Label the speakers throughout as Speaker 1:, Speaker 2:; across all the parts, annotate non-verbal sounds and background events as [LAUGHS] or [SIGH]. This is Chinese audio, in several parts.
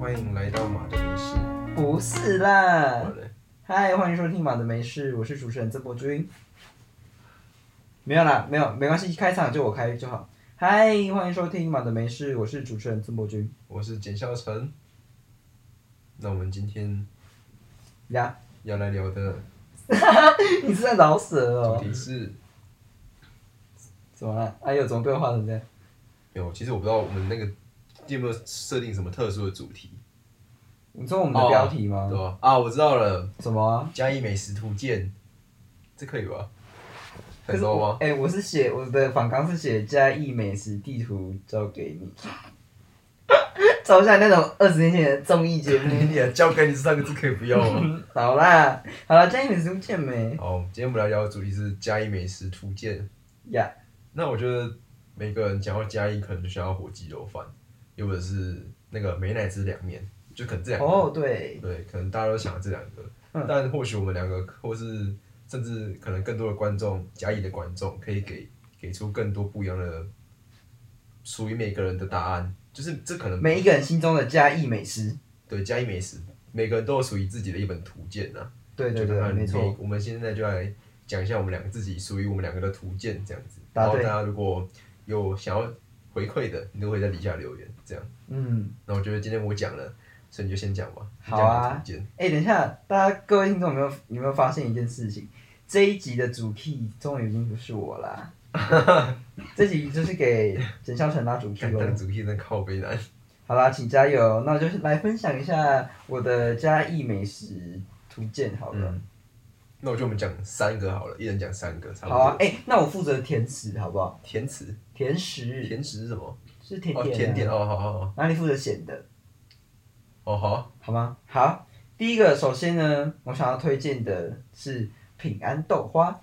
Speaker 1: 欢迎来到马的密室。
Speaker 2: 不是
Speaker 1: 好
Speaker 2: 啦，
Speaker 1: 嘞
Speaker 2: 嗨，欢迎收听《马的没事》，我是主持人曾博君。没有啦，没有，没关系，开场就我开就好。嗨，欢迎收听《马的没事》，我是主持人曾博君。
Speaker 1: 我是简孝成。那我们今天
Speaker 2: 呀，
Speaker 1: 要来聊的
Speaker 2: 你是在饶舌
Speaker 1: 主
Speaker 2: 哦？
Speaker 1: 题是，
Speaker 2: 怎么了？哎呦，怎么被我画成这样？
Speaker 1: 有，其实我不知道我们那个有没有设定什么特殊的主题，
Speaker 2: 你说我们的标题吗？
Speaker 1: 对吧？啊，我知道了，
Speaker 2: 什么啊？
Speaker 1: 嘉义美食图鉴，这可以吧？
Speaker 2: 可
Speaker 1: 很
Speaker 2: 是
Speaker 1: 多
Speaker 2: 我
Speaker 1: 吗？
Speaker 2: 哎、我是写我的反纲是写嘉义美食地图交给你， [LAUGHS] 找像那种二十年前的综艺节目。
Speaker 1: 你 [LAUGHS] 也教给你这三个字可以不要吗？
Speaker 2: 好啦，好啦，嘉义美食路见没？
Speaker 1: 好，今天我们来聊的主题是嘉义美食图鉴。
Speaker 2: 呀、
Speaker 1: 那我觉得每个人讲到嘉义，可能就想到火鸡肉饭，又或者是那个美乃滋凉面，就可能这两个。
Speaker 2: 哦对，
Speaker 1: 对，可能大家都想到这两个，
Speaker 2: 嗯
Speaker 1: 但或许我们两个，或是甚至可能更多的观众，嘉义的观众，可以给给出更多不一样的，属于每个人的答案。就是这可能
Speaker 2: 每一个人心中的嘉义美食。
Speaker 1: 对嘉义美食，每个人都有属于自己的一本图鉴啊呐、
Speaker 2: 对对
Speaker 1: 就
Speaker 2: 对，
Speaker 1: 看
Speaker 2: 没错。。
Speaker 1: 我们现在就来讲一下我们两个自己属于我们两个的图鉴这样子。
Speaker 2: 答
Speaker 1: 然后大
Speaker 2: 对
Speaker 1: 家如果有想要回馈的，你都可以在底下留言这样。
Speaker 2: 嗯，
Speaker 1: 那我觉得今天我讲了，所以你就先讲吧。你
Speaker 2: 好啊
Speaker 1: 讲你的图鉴，
Speaker 2: 哎、等一下，大家各位听众有没有有没有发现一件事情？这一集的主 key 终于已经不是我
Speaker 1: [LAUGHS]
Speaker 2: 啦，这集就是给简孝成拉主 key
Speaker 1: [LAUGHS] 敢
Speaker 2: 了
Speaker 1: 当。主题真靠背男。
Speaker 2: 好啦，请加油！那我就来分享一下我的嘉义美食图鉴好了。
Speaker 1: 嗯，那我就我们讲三个好了，一人讲三个，差不
Speaker 2: 好
Speaker 1: 多。
Speaker 2: 啊，哎、那我负责甜食好不好？
Speaker 1: 甜词，
Speaker 2: 甜食
Speaker 1: 甜词是什
Speaker 2: [LAUGHS]
Speaker 1: 么？
Speaker 2: 是甜
Speaker 1: 哦，
Speaker 2: 点、啊
Speaker 1: 甜点，哦，好好好，
Speaker 2: 那你负责咸的，
Speaker 1: 哦好，
Speaker 2: 好吗？好，第一个，首先呢，我想要推荐的是平安豆花，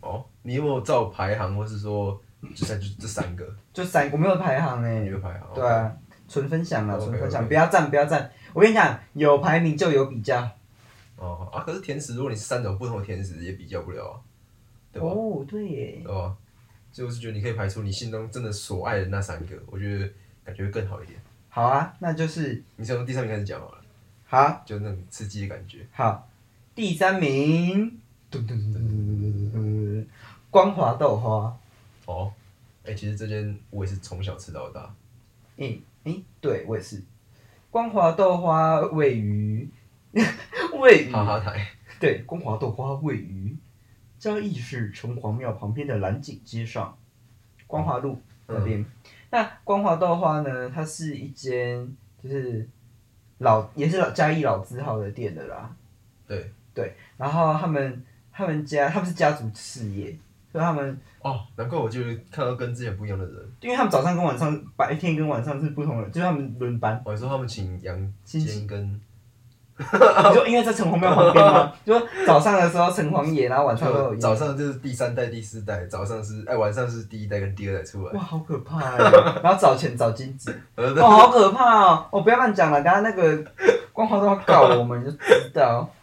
Speaker 1: 哦，你有没有照排行，或是说就三就这三个，
Speaker 2: 就三，我没有排行哎、
Speaker 1: 你有排行？
Speaker 2: 对啊，纯分享啊，
Speaker 1: OK，
Speaker 2: 纯分享
Speaker 1: OK
Speaker 2: 不要赞，不要赞。我跟你讲，有排名就有比较。
Speaker 1: 哦啊，可是甜食，如果你是三种不同的甜食，也比较不了啊，对吧？
Speaker 2: 哦，对耶，
Speaker 1: 对吧？所以我是觉得你可以排出你心中真的所爱的那三个，我觉得感觉会更好一点。
Speaker 2: 好啊，那就是
Speaker 1: 你先从第三名开始讲好了，
Speaker 2: 好啊
Speaker 1: 就那种刺激的感觉。
Speaker 2: 好，第三名，噔噔噔噔噔噔噔噔噔光华豆花。
Speaker 1: 哦，哎、其实这间我也是从小吃到大，
Speaker 2: 诶、诶、对我也是。光华豆花位于 [LAUGHS] 位于
Speaker 1: 哈哈台。
Speaker 2: 对，光华豆花位于嘉义市城隍庙旁边的蓝景街上，光华路
Speaker 1: 嗯
Speaker 2: 那边。那光华豆花呢，它是一间就是老也是老嘉义老字号的店的啦。
Speaker 1: 对
Speaker 2: 对，然后他们他们家他们是家族事业，所以他们
Speaker 1: 哦，难怪我就看到跟之前不一样的人。
Speaker 2: 因为他们早上跟晚上白天跟晚上是不同的，就是他们
Speaker 1: [LAUGHS]
Speaker 2: 轮班。
Speaker 1: 我还说他们请杨
Speaker 2: 星期
Speaker 1: 坚跟
Speaker 2: 你说因为在城隍庙旁边吗？就说早上的时候城隍爷，然后晚上都有
Speaker 1: 就
Speaker 2: 爷。
Speaker 1: 早上就是第三代、第四代，早上是哎晚上是第一代跟第二代出来
Speaker 2: 哇，。好可怕哦！然后找钱找金子，
Speaker 1: 呃，
Speaker 2: [LAUGHS]
Speaker 1: [LAUGHS]
Speaker 2: 哦，好可怕哦！哦，不要乱讲了，刚刚那个光华豆花告我们就知道。 [LAUGHS]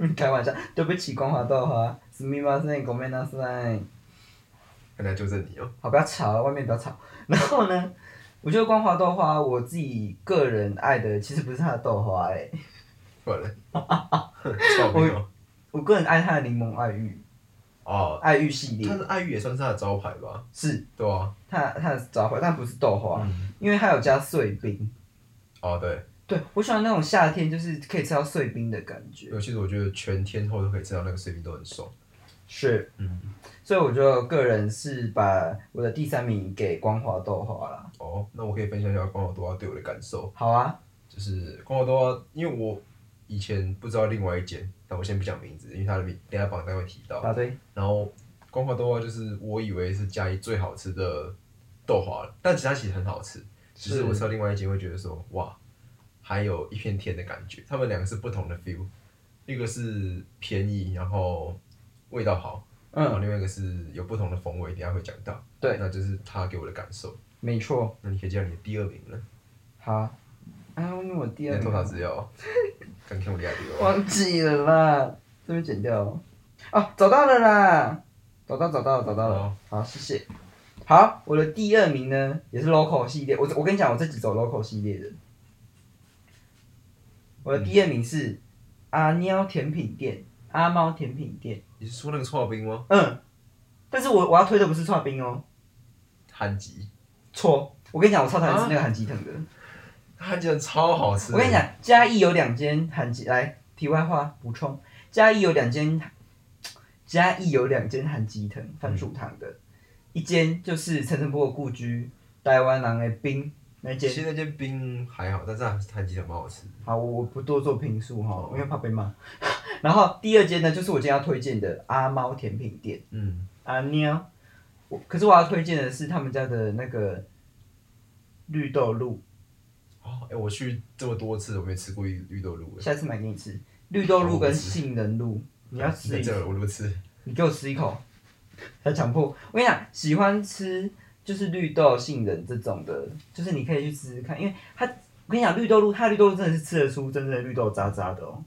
Speaker 2: 嗯开玩笑，对不起，光华豆花，すみません、ごめんなさい。
Speaker 1: 看来纠正你哦。
Speaker 2: 好，不要吵了，外面不要吵。然后呢，我觉得光华豆花，我自己个人爱的其实不是它的豆花、欸，哎， [LAUGHS]
Speaker 1: 不然嘞， [LAUGHS] 操你哦。
Speaker 2: 我个人爱它的柠檬爱玉，
Speaker 1: 哦，
Speaker 2: 爱玉系
Speaker 1: 他
Speaker 2: 列
Speaker 1: 的爱玉也算是他的招牌吧？
Speaker 2: 是
Speaker 1: 对啊。
Speaker 2: 它它的杂花，但不是豆花，
Speaker 1: 嗯。
Speaker 2: 因为它有加碎冰。
Speaker 1: 哦，对，
Speaker 2: 对，我喜欢那种夏天就是可以吃到碎冰的感觉。
Speaker 1: 尤其是我觉得全天候都可以吃到那个水平都很爽。欸
Speaker 2: 是，
Speaker 1: 嗯。
Speaker 2: 所以我就个人是把我的第三名给光华豆花啦。
Speaker 1: 哦，那我可以分享一下光头多对我的感受，
Speaker 2: 好啊，
Speaker 1: 就是光头多，因为我以前不知道另外一间，但我先不讲名字，因为他的名等一下榜单会提到。
Speaker 2: 答对。
Speaker 1: 然后光华豆花就是我以为是嘉义最好吃的豆花了，但其实它其实很好吃，只是
Speaker 2: 是
Speaker 1: 我吃到另外一间会觉得说哇，还有一片天的感觉。他们两个是不同的 feel，一个是便宜，然后味道好，然后
Speaker 2: 嗯，
Speaker 1: 另外一个是有不同的风味，等一下会讲到。
Speaker 2: 对
Speaker 1: 那就是他给我的感受。
Speaker 2: 没错。
Speaker 1: 那你可以介绍你的第二名了，
Speaker 2: 好啊，啊，因为我
Speaker 1: 你
Speaker 2: 第二
Speaker 1: 在偷查
Speaker 2: 名
Speaker 1: 资料
Speaker 2: [LAUGHS]
Speaker 1: 哦，刚看我厉害丢哦。
Speaker 2: 忘记了啦，这边剪掉哦。哦，找到了啦，找到找到找到了。
Speaker 1: 好
Speaker 2: 好，谢谢。好，我的第二名呢也是 local 系列，我我跟你讲，我这集走 local 系列的，我
Speaker 1: 嗯
Speaker 2: 的第二名是阿喵甜品店，阿猫甜品店。
Speaker 1: 你是说那个刨冰吗？
Speaker 2: 嗯，但是我我要推的不是串冰哦，
Speaker 1: 韩吉，
Speaker 2: 错。我跟你讲，我超讨厌吃那个韩吉藤的。
Speaker 1: 韩吉超好吃。
Speaker 2: 我跟你，讲，嘉义有两间韩吉，来题外话补充，嘉义有两间，嘉义有两间韩吉藤番薯糖的，一间就是陈澄波的故居，台湾人的冰那
Speaker 1: 其
Speaker 2: 间。
Speaker 1: 实那间冰还好，但是还是韩吉的蛮好吃的。
Speaker 2: 好，我我不多做评述哈，因为怕被骂。 [LAUGHS] 然后第二间呢，就是我今天要推荐的阿猫甜品店
Speaker 1: 嗯，
Speaker 2: 阿喵。我可是我要推荐的是他们家的那个绿豆露，
Speaker 1: 哦，哎、我去这么多次，我没吃过绿绿豆露。哎
Speaker 2: 下次买给你吃。绿豆露
Speaker 1: 好
Speaker 2: 跟
Speaker 1: 我吃
Speaker 2: 杏仁露，你要吃一
Speaker 1: 这个我都不吃。
Speaker 2: 你给我吃一口， [LAUGHS] 他强迫。我跟你讲，喜欢吃就是绿豆、杏仁这种的，就是你可以去试试看，因为它，我跟你讲，绿豆露，它的绿豆露真的是吃得出真正的绿豆渣渣的哦。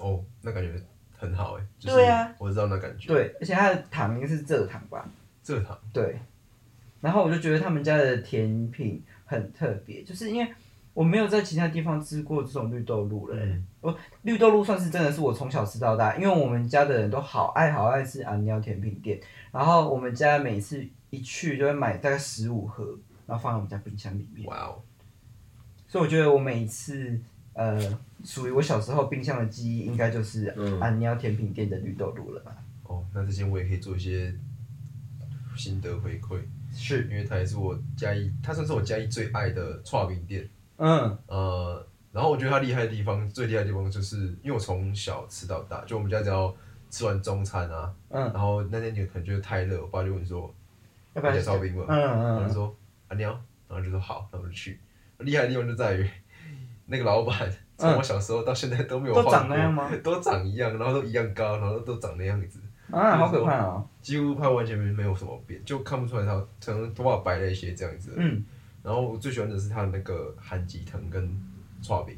Speaker 1: 哦，那感觉很好哎、就是、
Speaker 2: 对啊，
Speaker 1: 我知道那感觉。
Speaker 2: 对，而且它的糖应该是蔗糖吧？
Speaker 1: 蔗糖，
Speaker 2: 对。然后我就觉得他们家的甜品很特别，就是因为我没有在其他地方吃过这种绿豆露了、
Speaker 1: 嗯
Speaker 2: 绿豆露算是真的是我从小吃到大，因为我们家的人都好爱好爱吃安喵甜品店，然后我们家每次一去就会买大概十五盒，然后放在我们家冰箱里面，
Speaker 1: 哇哦，
Speaker 2: 所以我觉得我每一次呃属于我小时候冰箱的记忆，应该就是
Speaker 1: 嗯
Speaker 2: 安喵甜品店的绿豆露了吧？
Speaker 1: 哦，那这间我也可以做一些心得回馈，
Speaker 2: 是，
Speaker 1: 因为它也是我嘉义，它算是我嘉义最爱的串饼店。
Speaker 2: 嗯
Speaker 1: 呃，然后我觉得它厉害的地方，最厉害的地方就是，因为我从小吃到大，就我们家只要吃完中餐啊，
Speaker 2: 嗯，
Speaker 1: 然后那天就可能就是太热，我爸就问说哎
Speaker 2: 要不
Speaker 1: 你
Speaker 2: 然
Speaker 1: 想烧冰吗？
Speaker 2: 嗯
Speaker 1: 然后
Speaker 2: 嗯
Speaker 1: 就
Speaker 2: 嗯，
Speaker 1: 说啊你要，然后就说好，然后我就去。厉害的地方就在于那个老板，从我小时候到现在都没有
Speaker 2: 都
Speaker 1: 换
Speaker 2: 长
Speaker 1: 过，
Speaker 2: 那样吗？
Speaker 1: [LAUGHS] 都长一样，然后都一样高，然后都长那样子，
Speaker 2: 啊，好可怕哦！
Speaker 1: 几乎他完全没没有什么变，就看不出来他可能头发白了一些这样子。
Speaker 2: 嗯，
Speaker 1: 然后我最喜欢的是它的那个韩吉藤跟刨冰，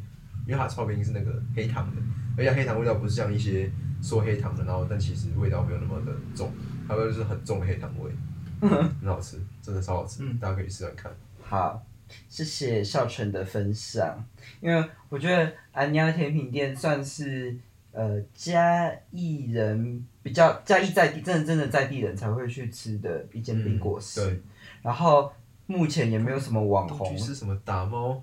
Speaker 1: 因为它的刨冰是那个黑糖的，而且它黑糖味道不是像一些说黑糖的，然后但其实味道没有那么的重，它味道就是很重的黑糖味，
Speaker 2: [LAUGHS]
Speaker 1: 很好吃，真的超好吃，
Speaker 2: 嗯
Speaker 1: 大家可以试试看。
Speaker 2: 好，谢谢孝纯的分享，因为我觉得安妮甜品店算是呃嘉义人比较嘉义在地，真的真的在地人才会去吃的一间冰果室。
Speaker 1: 对，
Speaker 2: 然后目前也没有什么网
Speaker 1: 东
Speaker 2: 红
Speaker 1: 区，是什么打猫？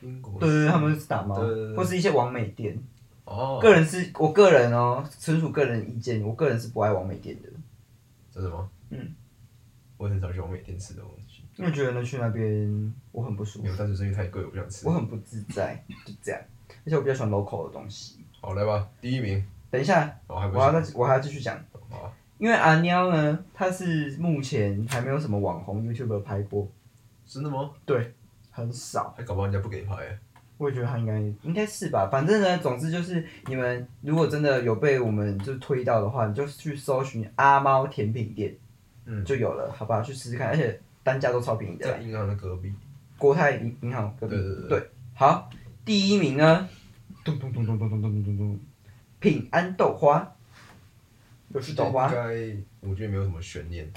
Speaker 1: 冰果？
Speaker 2: 对对对，他们是打猫
Speaker 1: 对对对，
Speaker 2: 或是一些网美店。
Speaker 1: 哦，
Speaker 2: 个人是我个人哦，纯属个人意见，我个人是不爱网美店的，
Speaker 1: 真的吗？
Speaker 2: 嗯，
Speaker 1: 我也很少去我每天吃的东西，
Speaker 2: 因为觉得呢去那边我很不舒服
Speaker 1: 没有，。但是是因为太贵，我不想吃
Speaker 2: 我。很不自在，就这样。而且我比较喜欢 local 的东西。
Speaker 1: 好，来吧，第一名，哦
Speaker 2: 等一下，
Speaker 1: 我还不
Speaker 2: 我要
Speaker 1: 行，
Speaker 2: 再我还要继续讲，
Speaker 1: 好啊，
Speaker 2: 因为阿喵呢，她是目前还没有什么网红 YouTuber 拍过，
Speaker 1: 真的吗？
Speaker 2: 对，很少。
Speaker 1: 还搞不好人家不给拍。
Speaker 2: 我也觉得她应该应该是吧，反正呢，总之就是你们如果真的有被我们就推到的话，你就去搜寻阿猫甜品店
Speaker 1: 嗯，
Speaker 2: 就有了，好不好？去试试看，而且单价都超便宜的
Speaker 1: 在
Speaker 2: 啦，
Speaker 1: 银行的隔壁。
Speaker 2: 国泰银银行隔壁。
Speaker 1: 对对对
Speaker 2: 对，好，第一名呢，咚咚咚咚咚咚咚咚咚咚，平安豆花，又是豆花
Speaker 1: 应，该我觉得没有什么悬念。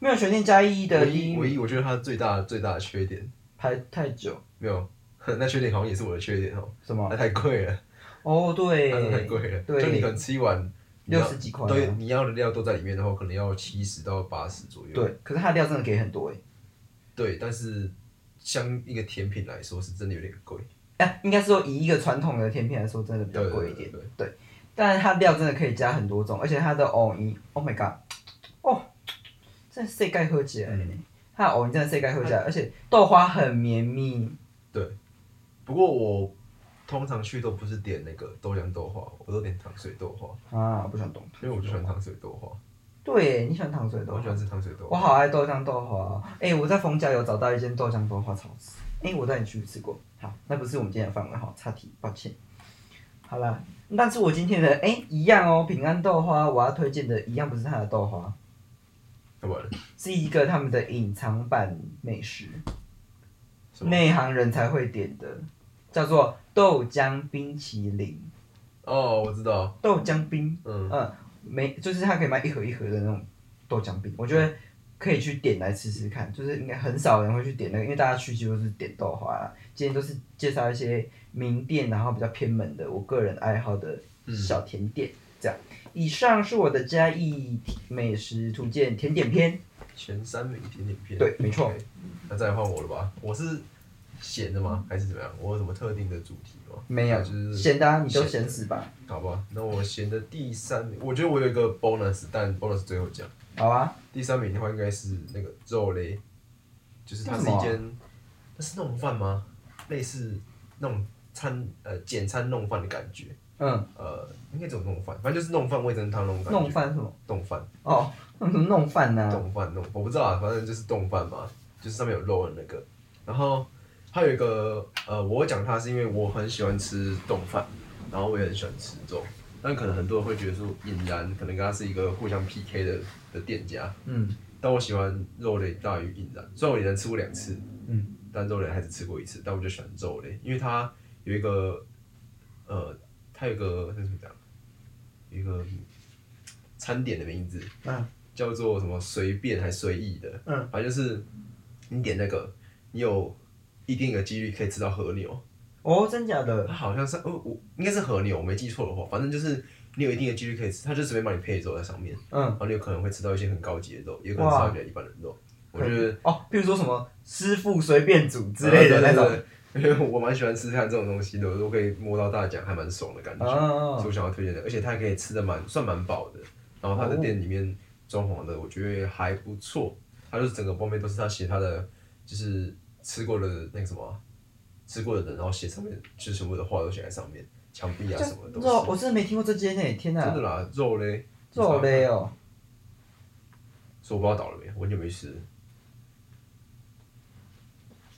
Speaker 2: 没有悬念加一的
Speaker 1: 唯
Speaker 2: 第一
Speaker 1: 一唯
Speaker 2: 名，
Speaker 1: 一，我觉得它最大最大的缺点
Speaker 2: 排太久，
Speaker 1: 没有， [LAUGHS] 那缺点好像也是我的缺点哦，
Speaker 2: 什么
Speaker 1: 它？太贵了，
Speaker 2: 哦，
Speaker 1: 它真的太
Speaker 2: 对，
Speaker 1: 贵了。
Speaker 2: 对
Speaker 1: 就你可能吃一碗，你
Speaker 2: 六
Speaker 1: 要
Speaker 2: 十几块啊，
Speaker 1: 都你要的料都在里面的话，可能要七十到八十左右。
Speaker 2: 对，可是它的料真的给很多哎，
Speaker 1: 对，但是像一个甜品来说，是真的有点贵。
Speaker 2: 哎，应该是说以一个传统的甜品来说，真的比较
Speaker 1: 对
Speaker 2: 贵
Speaker 1: 对
Speaker 2: 一点
Speaker 1: 对，，对
Speaker 2: 但是它料真的可以加很多种，而且它的藕泥，Oh my god，哦，真的世界喝起来
Speaker 1: 嗯
Speaker 2: 呢，它的藕泥真的世界喝起来，而且豆花很绵密，
Speaker 1: 不过我通常去都不是点那个豆浆豆花，我都点糖水豆花，
Speaker 2: 啊，我不喜欢懂。
Speaker 1: 因为我就喜欢糖水豆花，
Speaker 2: 哦对，你喜欢糖水豆
Speaker 1: 我很喜
Speaker 2: 花
Speaker 1: 欢，吃糖水豆
Speaker 2: 我
Speaker 1: 花。
Speaker 2: 好爱豆浆豆花哦。哎、我在逢甲有找到一间豆浆豆花超好吃。哎、我带你去吃过。好，那不是我们今天的范围哈，岔题，抱歉。好啦，但是我今天的哎、一样哦，平安豆花我要推荐的一样不是它的豆花，
Speaker 1: 干嘛呢？
Speaker 2: 是一个他们的隐藏版美食，
Speaker 1: 什么
Speaker 2: 内行人才会点的，叫做豆浆冰淇淋，
Speaker 1: 哦，我知道，
Speaker 2: 豆浆冰
Speaker 1: 嗯，
Speaker 2: 啊呃嗯，没，就是它可以卖一盒一盒的那种豆浆冰，我觉得可以去点来吃吃看，就是应该很少人会去点那个，因为大家去几乎是点豆花啦。今天都是介绍一些名店，然后比较偏门的，我个人爱好的小甜点。这样，以上是我的嘉义美食图鉴甜点篇。
Speaker 1: 前三名甜点片。
Speaker 2: 对没错
Speaker 1: OK，那再来换我了吧？我是闲的吗？还是怎么样？我有什么特定的主题吗？
Speaker 2: 没有
Speaker 1: 还是
Speaker 2: 咸的、啊，你都
Speaker 1: 咸
Speaker 2: 咸死吧？
Speaker 1: 好吧，那我闲的第三名，我觉得我有一个 bonus，但 bonus 最后讲。
Speaker 2: 好啊，
Speaker 1: 第三名的话应该是那个肉类，就是它
Speaker 2: 那
Speaker 1: 是
Speaker 2: 什么
Speaker 1: 一
Speaker 2: 啊
Speaker 1: 间，那是弄饭吗？类似那种餐呃简餐弄饭的感觉，
Speaker 2: 嗯，
Speaker 1: 呃，应该怎么弄饭？反正就是弄饭味噌汤那种感觉。
Speaker 2: 弄饭是什么？
Speaker 1: 冻饭，
Speaker 2: 哦，那什么弄饭呢、
Speaker 1: 冻饭弄，我不知道啊，反正就是冻饭嘛，就是上面有肉的那个。然后还有一个呃，我讲它是因为我很喜欢吃冻饭，然后我也很喜欢吃肉，但可能很多人会觉得说引燃可能跟它是一个互相 PK 的的店家，
Speaker 2: 嗯
Speaker 1: 但我喜欢肉类大于引燃，虽然我引燃吃过两次，
Speaker 2: 嗯，
Speaker 1: 但肉类还是吃过一次，但我就喜欢肉类，因为它有一个呃，它有一个那怎么讲，有一个餐点的名字，
Speaker 2: 嗯
Speaker 1: 叫做什么随便还随意的，
Speaker 2: 嗯，
Speaker 1: 反正就是你点那个，你有一定的几率可以吃到和牛，
Speaker 2: 哦，真假的
Speaker 1: 它？好像是哦，我应该是和牛，我没记错的话，反正就是你有一定的几率可以吃，它就随便帮你配肉在上面，
Speaker 2: 嗯
Speaker 1: 然，后你有可能会吃到一些很高级的肉，也有可能吃到比较一般的肉，我觉得
Speaker 2: 哦，比如说什么师傅随便煮之类的那种。
Speaker 1: 对，对对因为我蛮喜欢吃看这种东西的，我都可以摸到大奖，还蛮爽的感觉，所以
Speaker 2: 哦
Speaker 1: 我想要推荐的，而且它可以吃的蛮算蛮饱的，然后它的
Speaker 2: 哦
Speaker 1: 店里面装潢的我觉得还不错，它就是整个封面都是他写他的就是吃过的那个什么啊吃过的人，然后写上面就是全部的话都写在上面，墙壁啊
Speaker 2: 这
Speaker 1: 什么的都
Speaker 2: 肉，
Speaker 1: 是，
Speaker 2: 我真的没听过这间诶，天
Speaker 1: 真的
Speaker 2: 哪！
Speaker 1: 啦，肉嘞，
Speaker 2: 肉嘞，哦，
Speaker 1: 说不知道倒了没，我很久没吃，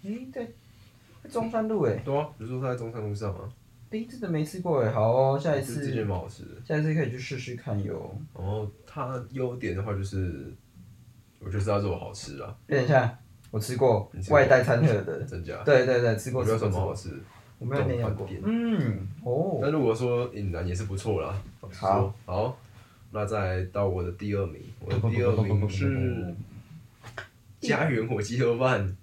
Speaker 2: 诶，对，在中山路诶，
Speaker 1: 对啊，比如说它在中山路上啊，
Speaker 2: 第一次都没吃过诶，好哦，下一
Speaker 1: 我觉得这间
Speaker 2: 次
Speaker 1: 蛮好吃的。
Speaker 2: 下一次可以去试试看哟。
Speaker 1: 然后它优点的话就是，我就知道肉好吃啦，
Speaker 2: 等一下，我吃过
Speaker 1: 你吃过
Speaker 2: 外带餐盒的，
Speaker 1: 真假？
Speaker 2: 对对对，吃过
Speaker 1: 我觉
Speaker 2: 吃
Speaker 1: 得算蛮好
Speaker 2: 过吃过，
Speaker 1: 吃的。
Speaker 2: 我没有那样
Speaker 1: 懂
Speaker 2: 过
Speaker 1: 饭店。
Speaker 2: 嗯，哦，
Speaker 1: 但如果说引燃也是不错啦，老实说，好，那再来到我的第二名，我的第二名是家园火鸡肉饭。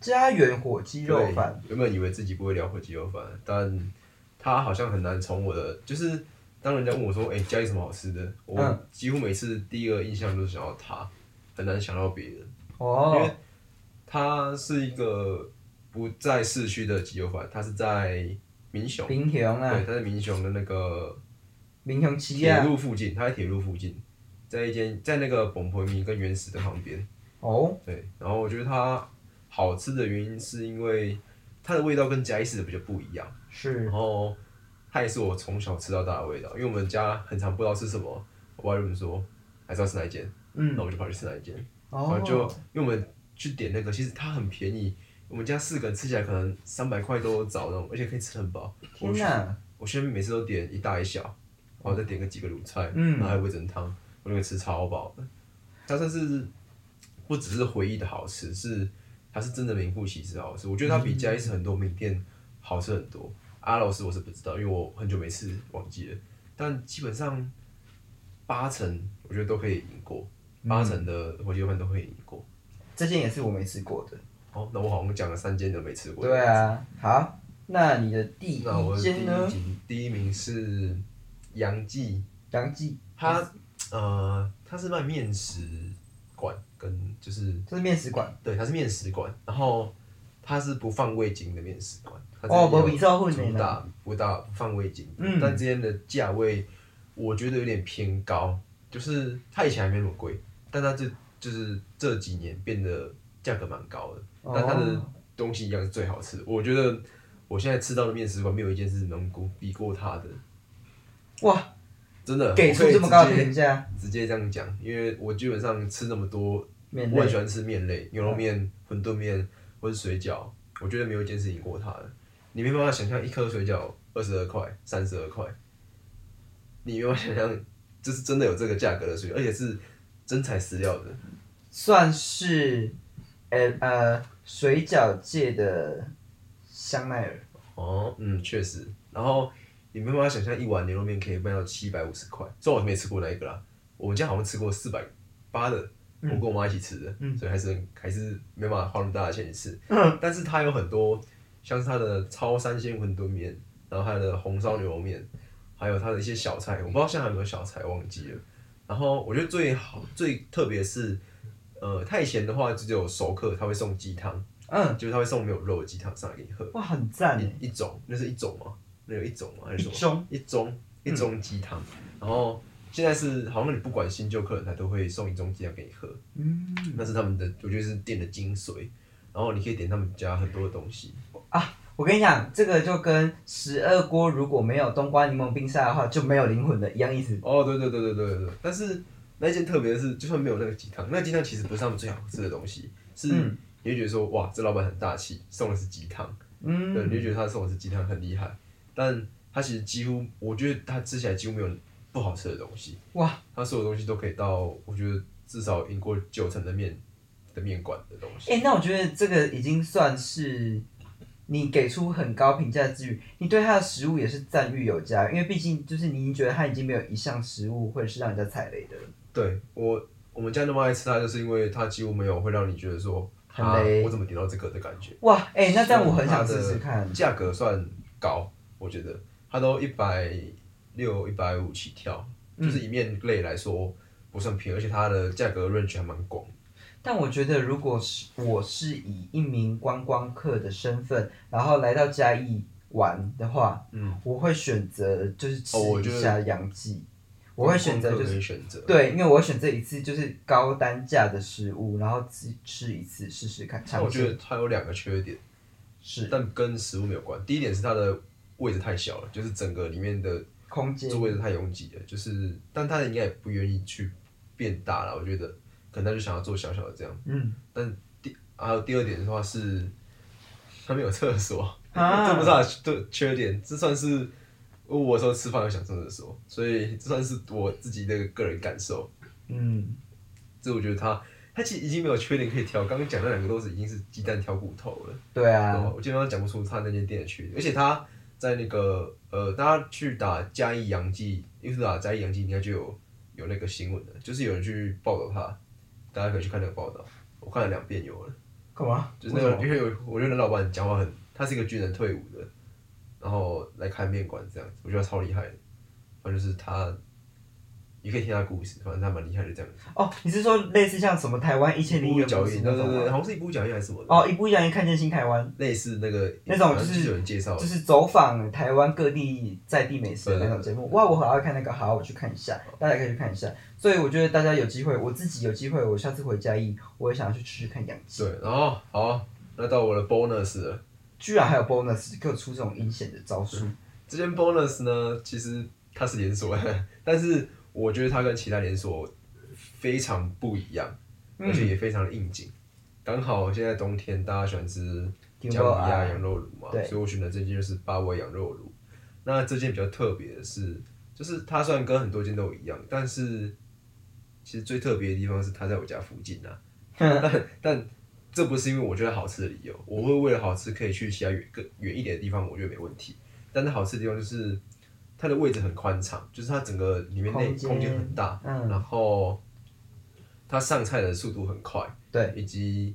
Speaker 2: 家园火鸡肉
Speaker 1: 对
Speaker 2: 饭，
Speaker 1: 原本以为自己不会聊火鸡肉饭，但它好像很难从我的就是。当人家问我说：“哎、家里什么好吃的？”我
Speaker 2: 嗯
Speaker 1: 几乎每次第一个印象就是想到它，很难想到别人。因为
Speaker 2: 哦，
Speaker 1: 它是一个不在市区的急救法，它是在民雄，
Speaker 2: 平雄
Speaker 1: 对，
Speaker 2: 啊，
Speaker 1: 它在民雄的那个
Speaker 2: 平雄七
Speaker 1: 铁
Speaker 2: 啊，
Speaker 1: 路附近，它在铁路附近，在一间在那个崩婆米跟原始的旁边，
Speaker 2: 哦，
Speaker 1: 对，然后我觉得它好吃的原因是因为它的味道跟嘉义市的比较不一样，然
Speaker 2: 是，
Speaker 1: 后它也是我从小吃到大的味道，因为我们家很常不知道吃什么，我外公说还是要吃哪一间，
Speaker 2: 嗯
Speaker 1: 那，我就跑去吃哪一间。然
Speaker 2: 哦
Speaker 1: 后，呃就因为我们去点那个，其实它很便宜，我们家四个人吃起来可能三百块都有找那种，而且可以吃很饱。
Speaker 2: 天哪！
Speaker 1: 我现在每次都点一大一小，然后再点个几个卤菜，
Speaker 2: 嗯
Speaker 1: 然后还有味噌汤，我那个吃超饱的。它算是不只是回忆的好吃，是它是真的名副其实的好吃。我觉得它比嘉义市很多名店好吃很多。阿老师我是不知道，因为我很久没吃，忘记了。但基本上八成我觉得都可以赢过，八
Speaker 2: 嗯
Speaker 1: 成的火鸡肉饭都可以赢过。
Speaker 2: 这件也是我没吃过的。
Speaker 1: 哦，那我好像讲了三间都没吃过。
Speaker 2: 对啊，好，那你的第一
Speaker 1: 那我的第
Speaker 2: 间
Speaker 1: 一
Speaker 2: 呢？
Speaker 1: 名第一名是杨记，
Speaker 2: 杨记，
Speaker 1: 它
Speaker 2: 嗯
Speaker 1: 呃它是卖面食馆跟就是
Speaker 2: 这是面食馆
Speaker 1: 对它是面食馆，然后它是不放味精的面食馆。它
Speaker 2: 哦，
Speaker 1: 这
Speaker 2: 不
Speaker 1: 里
Speaker 2: 比照混
Speaker 1: 有主
Speaker 2: 的啦。
Speaker 1: 打不大不放味精，
Speaker 2: 嗯
Speaker 1: 但这间的价位我觉得有点偏高，就是它以前还没那么贵，但它这就是这几年变得价格蛮高的。但它的
Speaker 2: 哦，
Speaker 1: 东西一样是最好吃的。我觉得我现在吃到的面食馆没有一件是能够比过它的，
Speaker 2: 哇，
Speaker 1: 真的。
Speaker 2: 给
Speaker 1: 呃我可
Speaker 2: 出
Speaker 1: 以
Speaker 2: 这么高的
Speaker 1: 直接
Speaker 2: 评价，
Speaker 1: 直接这样讲，因为我基本上吃那么多，
Speaker 2: 免
Speaker 1: 我很
Speaker 2: 累
Speaker 1: 喜。欢吃面类，嗯牛肉面、馄饨面或是水饺，我觉得没有一件是赢过它的。你没办法想象一颗水饺二十二块、三十二块，你没办法想象，这是真的有这个价格的水饺，而且是真材实料的。
Speaker 2: 算是，呃呃，水饺界的香奈儿。
Speaker 1: 哦，嗯，确实。然后你没办法想象一碗牛肉面可以卖到七百五十块，虽然我没吃过那一个啦，我们家好像吃过四百八的，我跟我妈一起吃的，
Speaker 2: 嗯
Speaker 1: 所以还是还是没办法花那么大的钱去吃。
Speaker 2: 嗯
Speaker 1: 但是它有很多，像是它的超三鲜馄饨面，然后它的红烧牛肉面，还有它的一些小菜，我不知道现在还有没有小菜，忘记了。然后我觉得最好最特别是，呃，太咸的话就只有熟客他会送鸡汤，
Speaker 2: 嗯，
Speaker 1: 就是他会送没有肉的鸡汤上来给你喝，
Speaker 2: 哇，很赞欸诶，
Speaker 1: 一一种，那是一种吗？那有一种吗？还
Speaker 2: 一
Speaker 1: 是什么？
Speaker 2: 盅，
Speaker 1: 一盅嗯一盅鸡汤，然后现在是好像你不管新旧客人，他都会送一盅鸡汤给你喝，
Speaker 2: 嗯
Speaker 1: 那是他们的，我觉得是店的精髓。然后你可以点他们家很多的东西，
Speaker 2: 啊，我跟你讲，这个就跟十二锅如果没有冬瓜柠檬冰沙的话就没有灵魂的一样意思。
Speaker 1: 哦，对对对对对对对，但是那一件特别的是，就算没有那个鸡汤，那鸡汤其实不是他们最好吃的东西，是
Speaker 2: 嗯
Speaker 1: 你会觉得说哇，这老板很大气，送的是鸡汤，对，你
Speaker 2: 嗯
Speaker 1: 就觉得他送的是鸡汤很厉害，但他其实几乎，我觉得他吃起来几乎没有不好吃的东西，
Speaker 2: 哇，
Speaker 1: 他所有东西都可以到，我觉得至少赢过九成的面的面馆的东西。
Speaker 2: 哎、那我觉得这个已经算是你给出很高评价之余，你对它的食物也是赞誉有加，因为毕竟就是你已经觉得它已经没有一项食物会是让人家踩雷的了。
Speaker 1: 对我，我们家那么爱吃它，就是因为它几乎没有会让你觉得说，
Speaker 2: 很
Speaker 1: 啊
Speaker 2: 雷，
Speaker 1: 我怎么点到这个的感觉。
Speaker 2: 哇，哎、那这
Speaker 1: 啊
Speaker 2: 样我很想试试看。
Speaker 1: 价格算高，我觉得它都一百六、一百五起跳，
Speaker 2: 嗯
Speaker 1: 就是以面类来说不算便宜，而且它的价格 range 还蛮广。
Speaker 2: 但我觉得，如果是我是以一名观光客的身份，然后来到嘉义玩的话，
Speaker 1: 嗯，
Speaker 2: 我会选择就是吃
Speaker 1: 哦我觉
Speaker 2: 一
Speaker 1: 得
Speaker 2: 下洋记，我会选择
Speaker 1: 观光客
Speaker 2: 就
Speaker 1: 可
Speaker 2: 是
Speaker 1: 以选择。
Speaker 2: 对，因为我会选择一次就是高单价的食物，然后吃吃一次试试看，
Speaker 1: 但
Speaker 2: 尝
Speaker 1: 我觉
Speaker 2: 试
Speaker 1: 得它有两个缺点。
Speaker 2: 是
Speaker 1: 但跟食物没有关。第一点是它的位置太小了，就是整个里面的
Speaker 2: 空间
Speaker 1: 座位置太拥挤了，就是但他应该也不愿意去变大了，我觉得可能他就想要做小小的这样。
Speaker 2: 嗯
Speaker 1: 还有第二点的话是，他没有厕所，
Speaker 2: 啊
Speaker 1: 这不是他的缺缺点，这算是我有时候吃饭有想上厕所，所以这算是我自己的个人感受。
Speaker 2: 嗯，
Speaker 1: 这我觉得他。他其实已经没有缺点可以挑，刚刚讲那两个都是已经是鸡蛋挑骨头了。
Speaker 2: 对
Speaker 1: 对吧
Speaker 2: 啊，
Speaker 1: 我基本上讲不出他那间店的缺点，而且他在那个呃，大家去打嘉义洋记，又是打嘉义洋记，应该就有有那个新闻了，就是有人去报道他，大家可以去看那个报道，我看了两遍有了，
Speaker 2: 干嘛？
Speaker 1: 就是那
Speaker 2: 为
Speaker 1: 个
Speaker 2: 什么
Speaker 1: 因为有我觉得那老板讲话很，他是一个军人退伍的，然后来开面馆这样子，我觉得他超厉害的，反正就是他，你可以听他的故事，反正他蛮厉害的这样子，
Speaker 2: 哦，你是说类似像什么台湾一千
Speaker 1: 一
Speaker 2: 零
Speaker 1: 步
Speaker 2: 一
Speaker 1: 一脚
Speaker 2: 个故
Speaker 1: 印，
Speaker 2: 事
Speaker 1: 对
Speaker 2: 那
Speaker 1: 对对，
Speaker 2: 种吗？
Speaker 1: 好像是一步一脚印还是什么的，
Speaker 2: 哦，一不小心看见新台湾。
Speaker 1: 类似那个
Speaker 2: 那种
Speaker 1: 反正
Speaker 2: 就是
Speaker 1: 有人介绍的
Speaker 2: 就。是走访台湾各地在地美食的那种节目。哇，我好爱看那个，好，我去看一下，大家可以去看一下。所以我觉得大家有机会，我自己有机会，我下次回嘉义，我也想要去吃吃看洋鸡。
Speaker 1: 对，然后好，啊那到我的 bonus 了。
Speaker 2: 居然还有 bonus 给我出这种阴险的招数，
Speaker 1: 这间 bonus 呢，其实它是连锁 [LAUGHS] 的，但是我觉得它跟其他连锁非常不一样，而且也非常的应景。刚好现在冬天，大家喜欢吃
Speaker 2: 听
Speaker 1: 姜
Speaker 2: 过
Speaker 1: 母鸭
Speaker 2: 啊
Speaker 1: 羊？肉炉嘛，
Speaker 2: 对
Speaker 1: 所以我选的这间就是八味羊肉炉。那这间比较特别的是，就是它虽然跟很多间都一样，但是其实最特别的地方是它在我家附近啊。但但这不是因为我觉得好吃的理由，我会为了好吃可以去其他远更远一点的地方，我觉得没问题。但它好吃的地方就是它的位置很宽敞，就是它整个里面内
Speaker 2: 空间
Speaker 1: 空间很大，
Speaker 2: 嗯
Speaker 1: 然后它上菜的速度很快，
Speaker 2: 对，
Speaker 1: 以及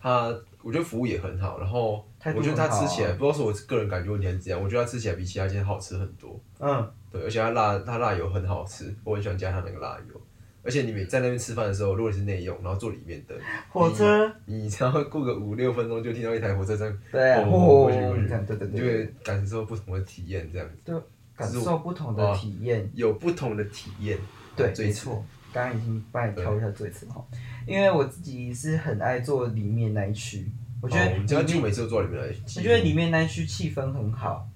Speaker 1: 它我觉得服务也很好，然后
Speaker 2: 态度
Speaker 1: 我觉得它
Speaker 2: 很好
Speaker 1: 吃
Speaker 2: 啊
Speaker 1: 起来不知道是我个人感觉问题还是怎样，我觉得它吃起来比其他间好吃很多。
Speaker 2: 嗯，
Speaker 1: 对，而且它辣，它辣油很好吃，我很喜欢加它那个辣油。而且你每在那边吃饭的时候，如果你是内用，然后坐里面的，
Speaker 2: 火车，
Speaker 1: 你只要过个五六分钟就听到一台火车声，
Speaker 2: 对啊，
Speaker 1: 哦
Speaker 2: 哦
Speaker 1: 过去过去
Speaker 2: 你看，对对
Speaker 1: 你就
Speaker 2: 对，
Speaker 1: 会感受不同的体验，这样子
Speaker 2: 感受不同的体验，
Speaker 1: 有不同的体验。
Speaker 2: 对，
Speaker 1: 哦最
Speaker 2: 没错。刚刚已经帮你挑一下最次哈，因为我自己是很爱做里面那一区，我
Speaker 1: 我
Speaker 2: 觉得
Speaker 1: 我们家就每次都坐在里面来，
Speaker 2: 我觉得里面那一区气氛很好，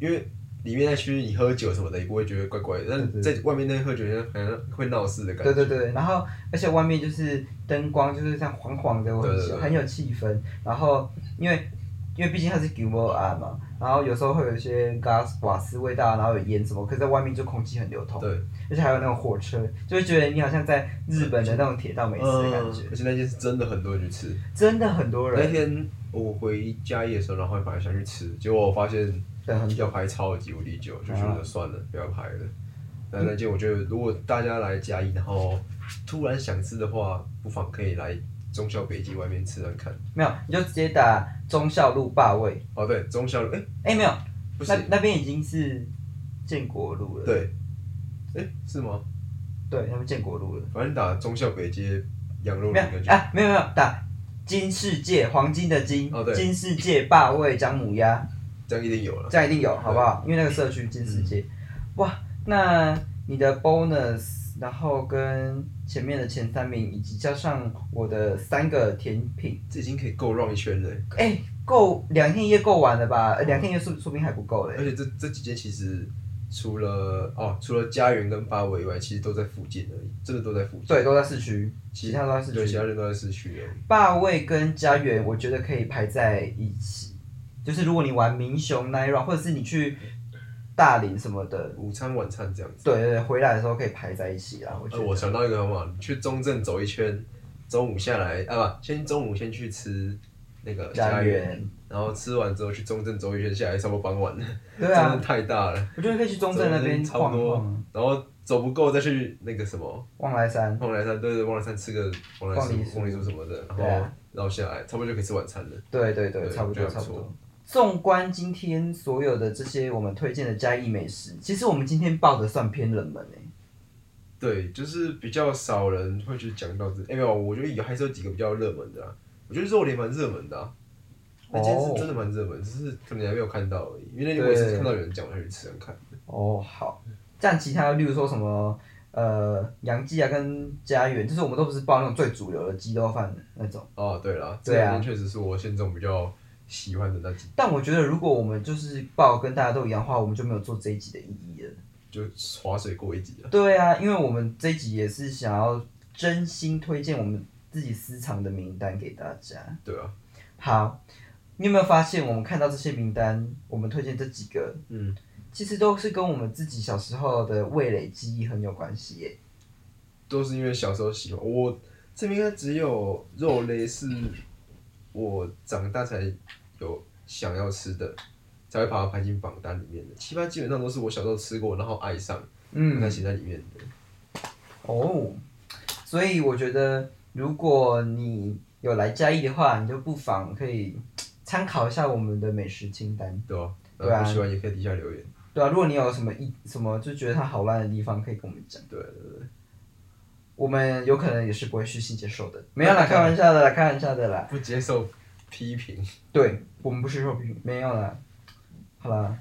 Speaker 1: 因为里面那区你喝酒什么的也不会觉得怪怪的，但
Speaker 2: 对
Speaker 1: 在外面那喝酒好像会闹事的感
Speaker 2: 对
Speaker 1: 觉。
Speaker 2: 对对，然后而且外面就是灯光就是这样黄黄的，我很喜
Speaker 1: 对对
Speaker 2: 欢
Speaker 1: 对
Speaker 2: 很有气氛。然后因为因为毕竟它是 g i l m o r 嘛，然后有时候会有一些 gas 瓦斯味道，然后有烟什么，可是在外面就空气很流通，
Speaker 1: 对
Speaker 2: 而且还有那种火车，就会觉得你好像在日本的那种铁道美食的感觉，
Speaker 1: 而且那天是真的很多人去吃。
Speaker 2: 真的很多
Speaker 1: 那
Speaker 2: 人
Speaker 1: 天我回嘉义的时候，然后本来想去吃，结果我发现
Speaker 2: 等很久。
Speaker 1: 要排超级无
Speaker 2: 哦
Speaker 1: 敌久，就觉得算了，不要排了。那那间我觉得，如果大家来嘉义，然后突然想吃的话，不妨可以来忠孝北街外面吃看看。
Speaker 2: 没有，你就直接打忠孝路霸位。
Speaker 1: 哦，对，忠孝路，哎、
Speaker 2: 哎、没有，
Speaker 1: 不是
Speaker 2: 那，那边已经是建国路了。
Speaker 1: 对，哎、是吗？
Speaker 2: 对，他们建国路了。
Speaker 1: 反正打忠孝北街羊肉
Speaker 2: 没
Speaker 1: 面感
Speaker 2: 有
Speaker 1: 觉。
Speaker 2: 啊，没有没有打金世界黄金的金，
Speaker 1: 哦对
Speaker 2: 金世界霸位姜母鸭，
Speaker 1: 这样一定有了。
Speaker 2: 这样一定有，好不好？因为那个社区金世
Speaker 1: 嗯
Speaker 2: 界。哇，那你的 bonus，然后跟前面的前三名，以及加上我的三个甜品，
Speaker 1: 这已经可以够绕一圈了欸，
Speaker 2: 哎、够两天一夜够完了吧？呃两天一夜说说不定还不够嘞
Speaker 1: 而。且这这几间其实除了哦，除了家园跟八尾以外，其实都在附近而已，真的都在附近。
Speaker 2: 对，都在市区，其他都在市
Speaker 1: 对，其
Speaker 2: 区。
Speaker 1: 他人都在市区而已。
Speaker 2: 霸位跟家园，我觉得可以排在一起。就是如果你玩民雄那一 round，或者是你去大林什么的，
Speaker 1: 午餐、晚餐这样子。
Speaker 2: 对对对，回来的时候可以排在一起啦。我觉
Speaker 1: 呃，
Speaker 2: 得、
Speaker 1: 我想到一个方法，你去中正走一圈，中午下来啊，不，先中午先去吃那个
Speaker 2: 家
Speaker 1: 家园，
Speaker 2: 园，
Speaker 1: 然后吃完之后去中正走一圈，下来差不多傍晚了，
Speaker 2: 对
Speaker 1: 真
Speaker 2: 啊
Speaker 1: 的，太大了。
Speaker 2: 我觉得可以去中正那边
Speaker 1: 差不
Speaker 2: 晃一
Speaker 1: 多
Speaker 2: 晃，啊
Speaker 1: 然后走不够再去那个什么
Speaker 2: 望来山。
Speaker 1: 望来山，对对，望来山吃个望来
Speaker 2: 望梨酥
Speaker 1: 酥、望梨酥什么的，然
Speaker 2: 对
Speaker 1: 后
Speaker 2: 啊
Speaker 1: 然后下来，差不多就可以吃晚餐了。
Speaker 2: 对对对，
Speaker 1: 对
Speaker 2: 差不多
Speaker 1: 我觉得还
Speaker 2: 差不
Speaker 1: 不错
Speaker 2: 多。纵观今天所有的这些我们推荐的嘉义美食，其实我们今天报的算偏冷门诶、欸
Speaker 1: 对，就是比较少人会去讲到这，哎、没有，我觉得有还是有几个比较热门的啊。我觉得肉莲蛮热门的、啊，那件
Speaker 2: 哦
Speaker 1: 事真的蛮热门，只是可能你还没有看到而已。因为那天我也是看到有人讲，我才去吃看看。
Speaker 2: 哦，好。像其他，例如说什么呃杨记啊，跟家园，就是我们都不是报那种最主流的鸡肉饭那种。
Speaker 1: 哦，对了，这
Speaker 2: 对啊
Speaker 1: 两间确实是我现中比较喜欢的那几，
Speaker 2: 但我觉得，如果我们就是报跟大家都一样的话，我们就没有做这一集的意义了。
Speaker 1: 就划水过一集啊。
Speaker 2: 对啊，因为我们这一集也是想要真心推荐我们自己私藏的名单给大家。
Speaker 1: 对啊，
Speaker 2: 好，你有没有发现，我们看到这些名单，我们推荐这几个，
Speaker 1: 嗯，
Speaker 2: 其实都是跟我们自己小时候的味蕾记忆很有关系耶。
Speaker 1: 都是因为小时候喜欢。我这边应该只有肉类是我长大才有想要吃的，才会把它排进榜单里面的。其他基本上都是我小时候吃过，然后爱上。
Speaker 2: 嗯，
Speaker 1: 那写在里面的。
Speaker 2: 哦，所以我觉得，如果你有来嘉义的话，你就不妨可以参考一下我们的美食清单，
Speaker 1: 对啊，
Speaker 2: 对啊
Speaker 1: 然后不喜欢也可以底下留言。
Speaker 2: 对啊，如果你有什么意什么就觉得它好烂的地方，可以跟我们讲，
Speaker 1: 对对对，
Speaker 2: 我们有可能也是不会虚心接受的。没有啦，开玩笑的啦，开玩笑的啦。
Speaker 1: 不接受批评。
Speaker 2: 对我们不是受批评，没有啦。好啦，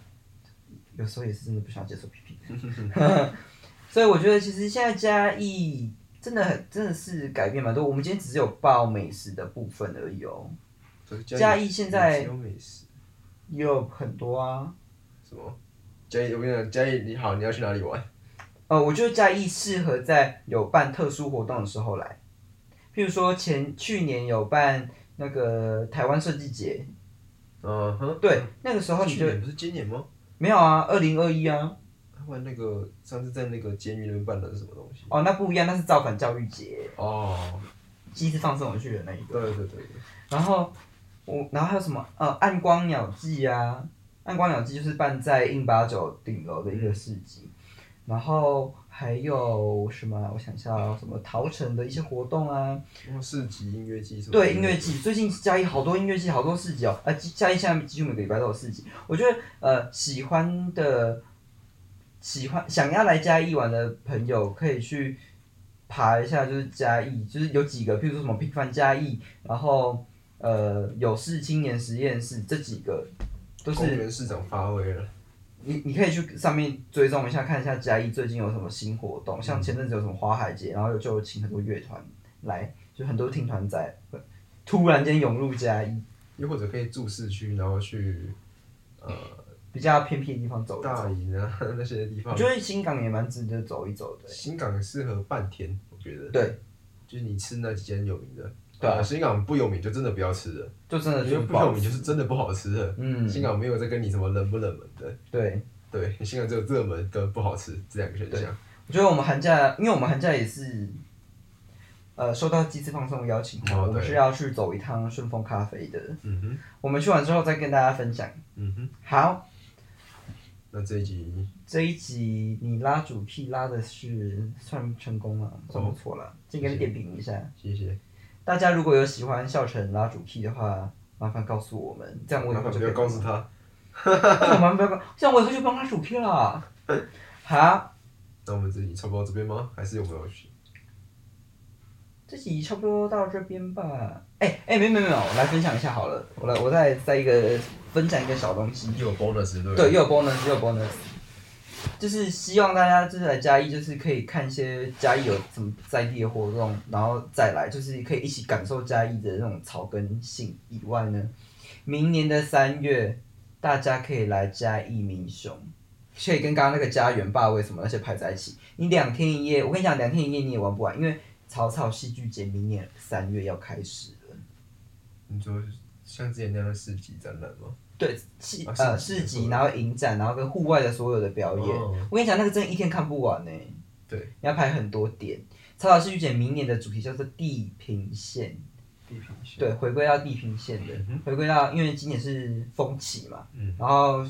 Speaker 2: 有时候也是真的不想接受批评。
Speaker 1: [LAUGHS]
Speaker 2: [LAUGHS] 所以我觉得其实现在嘉义真的很真的是改变蛮多。我们今天只是有报美食的部分而已哦，
Speaker 1: 对
Speaker 2: 嘉义现在
Speaker 1: 嘉义有美食
Speaker 2: 也有很多啊。
Speaker 1: 什么？嘉义，我跟你讲，嘉义你好，你要去哪里玩？
Speaker 2: 呃，我觉得嘉义适合在有办特殊活动的时候来，譬如说前去年有办那个台湾设计节，
Speaker 1: 嗯哼，
Speaker 2: 对，那个时候你
Speaker 1: 去
Speaker 2: 就
Speaker 1: 年不是今年吗？
Speaker 2: 没有啊，二零二一啊，
Speaker 1: 他玩那个上次在那个监狱那边办的是什么东西？
Speaker 2: 哦，那不一样，那是造反教育节，
Speaker 1: 哦，
Speaker 2: 第一次放送我去的那一个。
Speaker 1: 对对对，
Speaker 2: 然后我，然后还有什么呃，暗光鸟记啊，暗光鸟记就是办在印八九顶楼的一个市集，然后还有什么啊？我想一下哦，什么桃城的一些活动啊，
Speaker 1: 对哇，市集音乐季什么？
Speaker 2: 对音乐。季，最近嘉义好多音乐季，好多市集哦，呃，嘉义现在几乎每个礼拜都有市集。我觉得呃，喜欢的喜欢想要来嘉义玩的朋友可以去。爬一下就是嘉义，就是有几个，譬如说什么平凡嘉义，然后呃有事青年实验室这几个，都
Speaker 1: 公
Speaker 2: 是
Speaker 1: 园市长发威了，
Speaker 2: 你你可以去上面追踪一下，看一下嘉义最近有什么新活动，像前阵子有什么花海节，然后有就有请很多乐团来，就很多听团仔会突然间涌入嘉义，
Speaker 1: 又或者可以住市区，然后去呃
Speaker 2: 比较偏僻的地方走一
Speaker 1: 大
Speaker 2: 走。
Speaker 1: 营啊 [LAUGHS] 那些地
Speaker 2: 我
Speaker 1: 方
Speaker 2: 觉。得新港也蛮值得走一走的。
Speaker 1: 新港适合半天，我觉得。
Speaker 2: 对，
Speaker 1: 就是你吃那几间有名的。
Speaker 2: 对啊
Speaker 1: 呃新港不有名就真的不要吃了，
Speaker 2: 就真的
Speaker 1: 因为
Speaker 2: 是
Speaker 1: 不有名就是真的不好吃的。
Speaker 2: 嗯，
Speaker 1: 新港没有在跟你什么冷不冷门的，
Speaker 2: 对，
Speaker 1: 对，新港只有热门跟不好吃这两个选项。
Speaker 2: 我觉得我们寒假，因为我们寒假也是，呃，收到鸡翅放松的邀请嘛，
Speaker 1: 哦
Speaker 2: 我们
Speaker 1: 对
Speaker 2: 是要去走一趟顺风咖啡的，
Speaker 1: 嗯哼，
Speaker 2: 我们去完之后再跟大家分享。
Speaker 1: 嗯哼，
Speaker 2: 好，
Speaker 1: 那这一集
Speaker 2: 这一集你拉主 P 拉的是算成功了，算不错了，这个点评一下。
Speaker 1: 谢谢，
Speaker 2: 大家如果有喜欢笑成拉主 P 的话，麻烦告诉我们，这样我以
Speaker 1: 麻
Speaker 2: 后
Speaker 1: 烦
Speaker 2: 就
Speaker 1: 不
Speaker 2: 可以
Speaker 1: 要
Speaker 2: [LAUGHS]
Speaker 1: 告诉他。
Speaker 2: 我们不要告，这样我以后就帮他主 P 了。好，
Speaker 1: 那我们这集差不多到这边吗？还是有没有
Speaker 2: 这集差不多到这边吧。哎、哎、没有没有没有，我来分享一下好了，我来我再再一个分享一个小东西。
Speaker 1: 有 bonus 对不
Speaker 2: 对，又有 bonus 又有 bonus，就是希望大家就是来嘉义，就是可以看一些嘉义有什么在地的活动，然后再来就是可以一起感受嘉义的那种草根性。以外呢，明年的三月大家可以来嘉义民雄，可以跟刚刚那个家园霸位什么那些排在一起。你两天一夜，我跟你讲，两天一夜你也玩不完，因为草草戏剧节明年三月要开始了。
Speaker 1: 你说像之前那样的市集展览吗？
Speaker 2: 对，市
Speaker 1: 啊
Speaker 2: 呃
Speaker 1: 市集
Speaker 2: 市
Speaker 1: 没
Speaker 2: 集，
Speaker 1: 错
Speaker 2: 然后影展，然后跟户外的所有的表演。
Speaker 1: 哦
Speaker 2: 我跟你讲，那个真的一天看不完呢、
Speaker 1: 对，
Speaker 2: 你要排很多点。曹老师预检明年的主题叫做地平线，
Speaker 1: 地平线。
Speaker 2: 对，回归到地平线的，回归到因为今年是风起嘛，
Speaker 1: 嗯
Speaker 2: 然后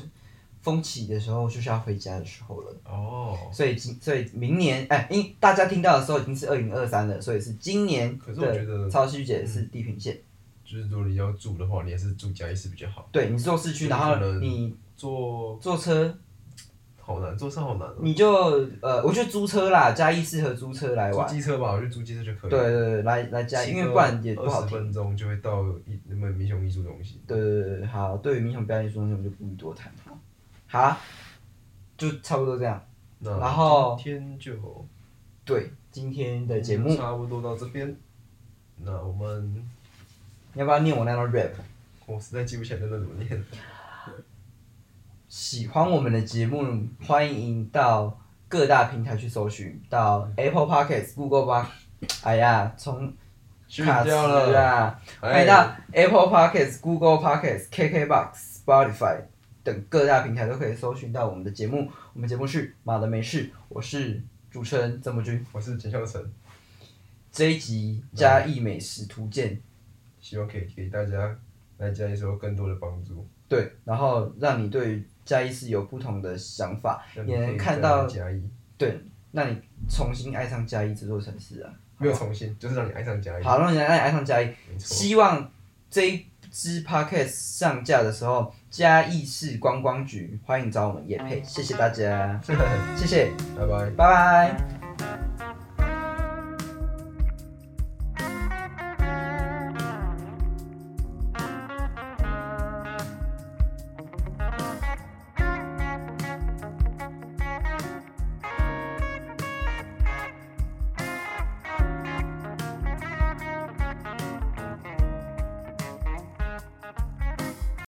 Speaker 2: 风起的时候就是要回家的时候了，
Speaker 1: 哦，
Speaker 2: 所以今所以明年哎，因为大家听到的时候已经是二零二三了，所以是今年
Speaker 1: 可是我觉得嗯
Speaker 2: 的曹老师预检是地平线，
Speaker 1: 就是如果你要住的话，你还是住嘉义市比较好。
Speaker 2: 对你坐市区，
Speaker 1: 有
Speaker 2: 然
Speaker 1: 可
Speaker 2: 后
Speaker 1: 能
Speaker 2: 你
Speaker 1: 坐
Speaker 2: 坐车
Speaker 1: 好难，坐车好难哦。
Speaker 2: 你就呃，我觉得租车啦，嘉义适合租车来
Speaker 1: 租
Speaker 2: 玩，
Speaker 1: 机车吧，我觉得租机车就可以。
Speaker 2: 对对对，来来嘉义，因为不然也不好
Speaker 1: 二十
Speaker 2: 停。
Speaker 1: 分钟就会到一那么民雄艺术中心。
Speaker 2: 对对对对，好，对于冥想表演这种东西，我们就不予多谈了。好，就差不多这样。
Speaker 1: 那
Speaker 2: 然后
Speaker 1: 今天就
Speaker 2: 对，今天的节目，
Speaker 1: 嗯差不多到这边。那我们
Speaker 2: 你要不要念我那段 rap？
Speaker 1: 我实在记不起来那段怎么念。
Speaker 2: 喜欢我们的节目，欢迎到各大平台去搜寻，到 Apple Podcast、Google p o d 哎呀，从
Speaker 1: 去
Speaker 2: 卡
Speaker 1: 掉
Speaker 2: 词
Speaker 1: 了。
Speaker 2: 啊，欢
Speaker 1: 哎
Speaker 2: 迎到 Apple Podcast、Google Podcast、KKBox、Spotify 等各大平台都可以搜寻到我们的节目。我们节目是马的没事，我是主持人曾博君。
Speaker 1: 我是简孝成，
Speaker 2: 这一集嘉义美食图鉴，
Speaker 1: 希望可以给大家来嘉义时候更多的帮助。
Speaker 2: 对，然后让你对嘉义市有不同的想法，
Speaker 1: 让你
Speaker 2: 也
Speaker 1: 可以
Speaker 2: 能看
Speaker 1: 再来
Speaker 2: 到，
Speaker 1: 嘉义，
Speaker 2: 对，让你重新爱上嘉义这座城市啊。
Speaker 1: 没有重新，就是让你爱上嘉义。
Speaker 2: 好，让你让你爱上嘉义。
Speaker 1: 没错。 [LAUGHS]
Speaker 2: 希望这一支 podcast 上架的时候，嘉义市观光局欢迎找我们叶配，谢谢大家，谢谢，
Speaker 1: 拜拜。
Speaker 2: 拜拜。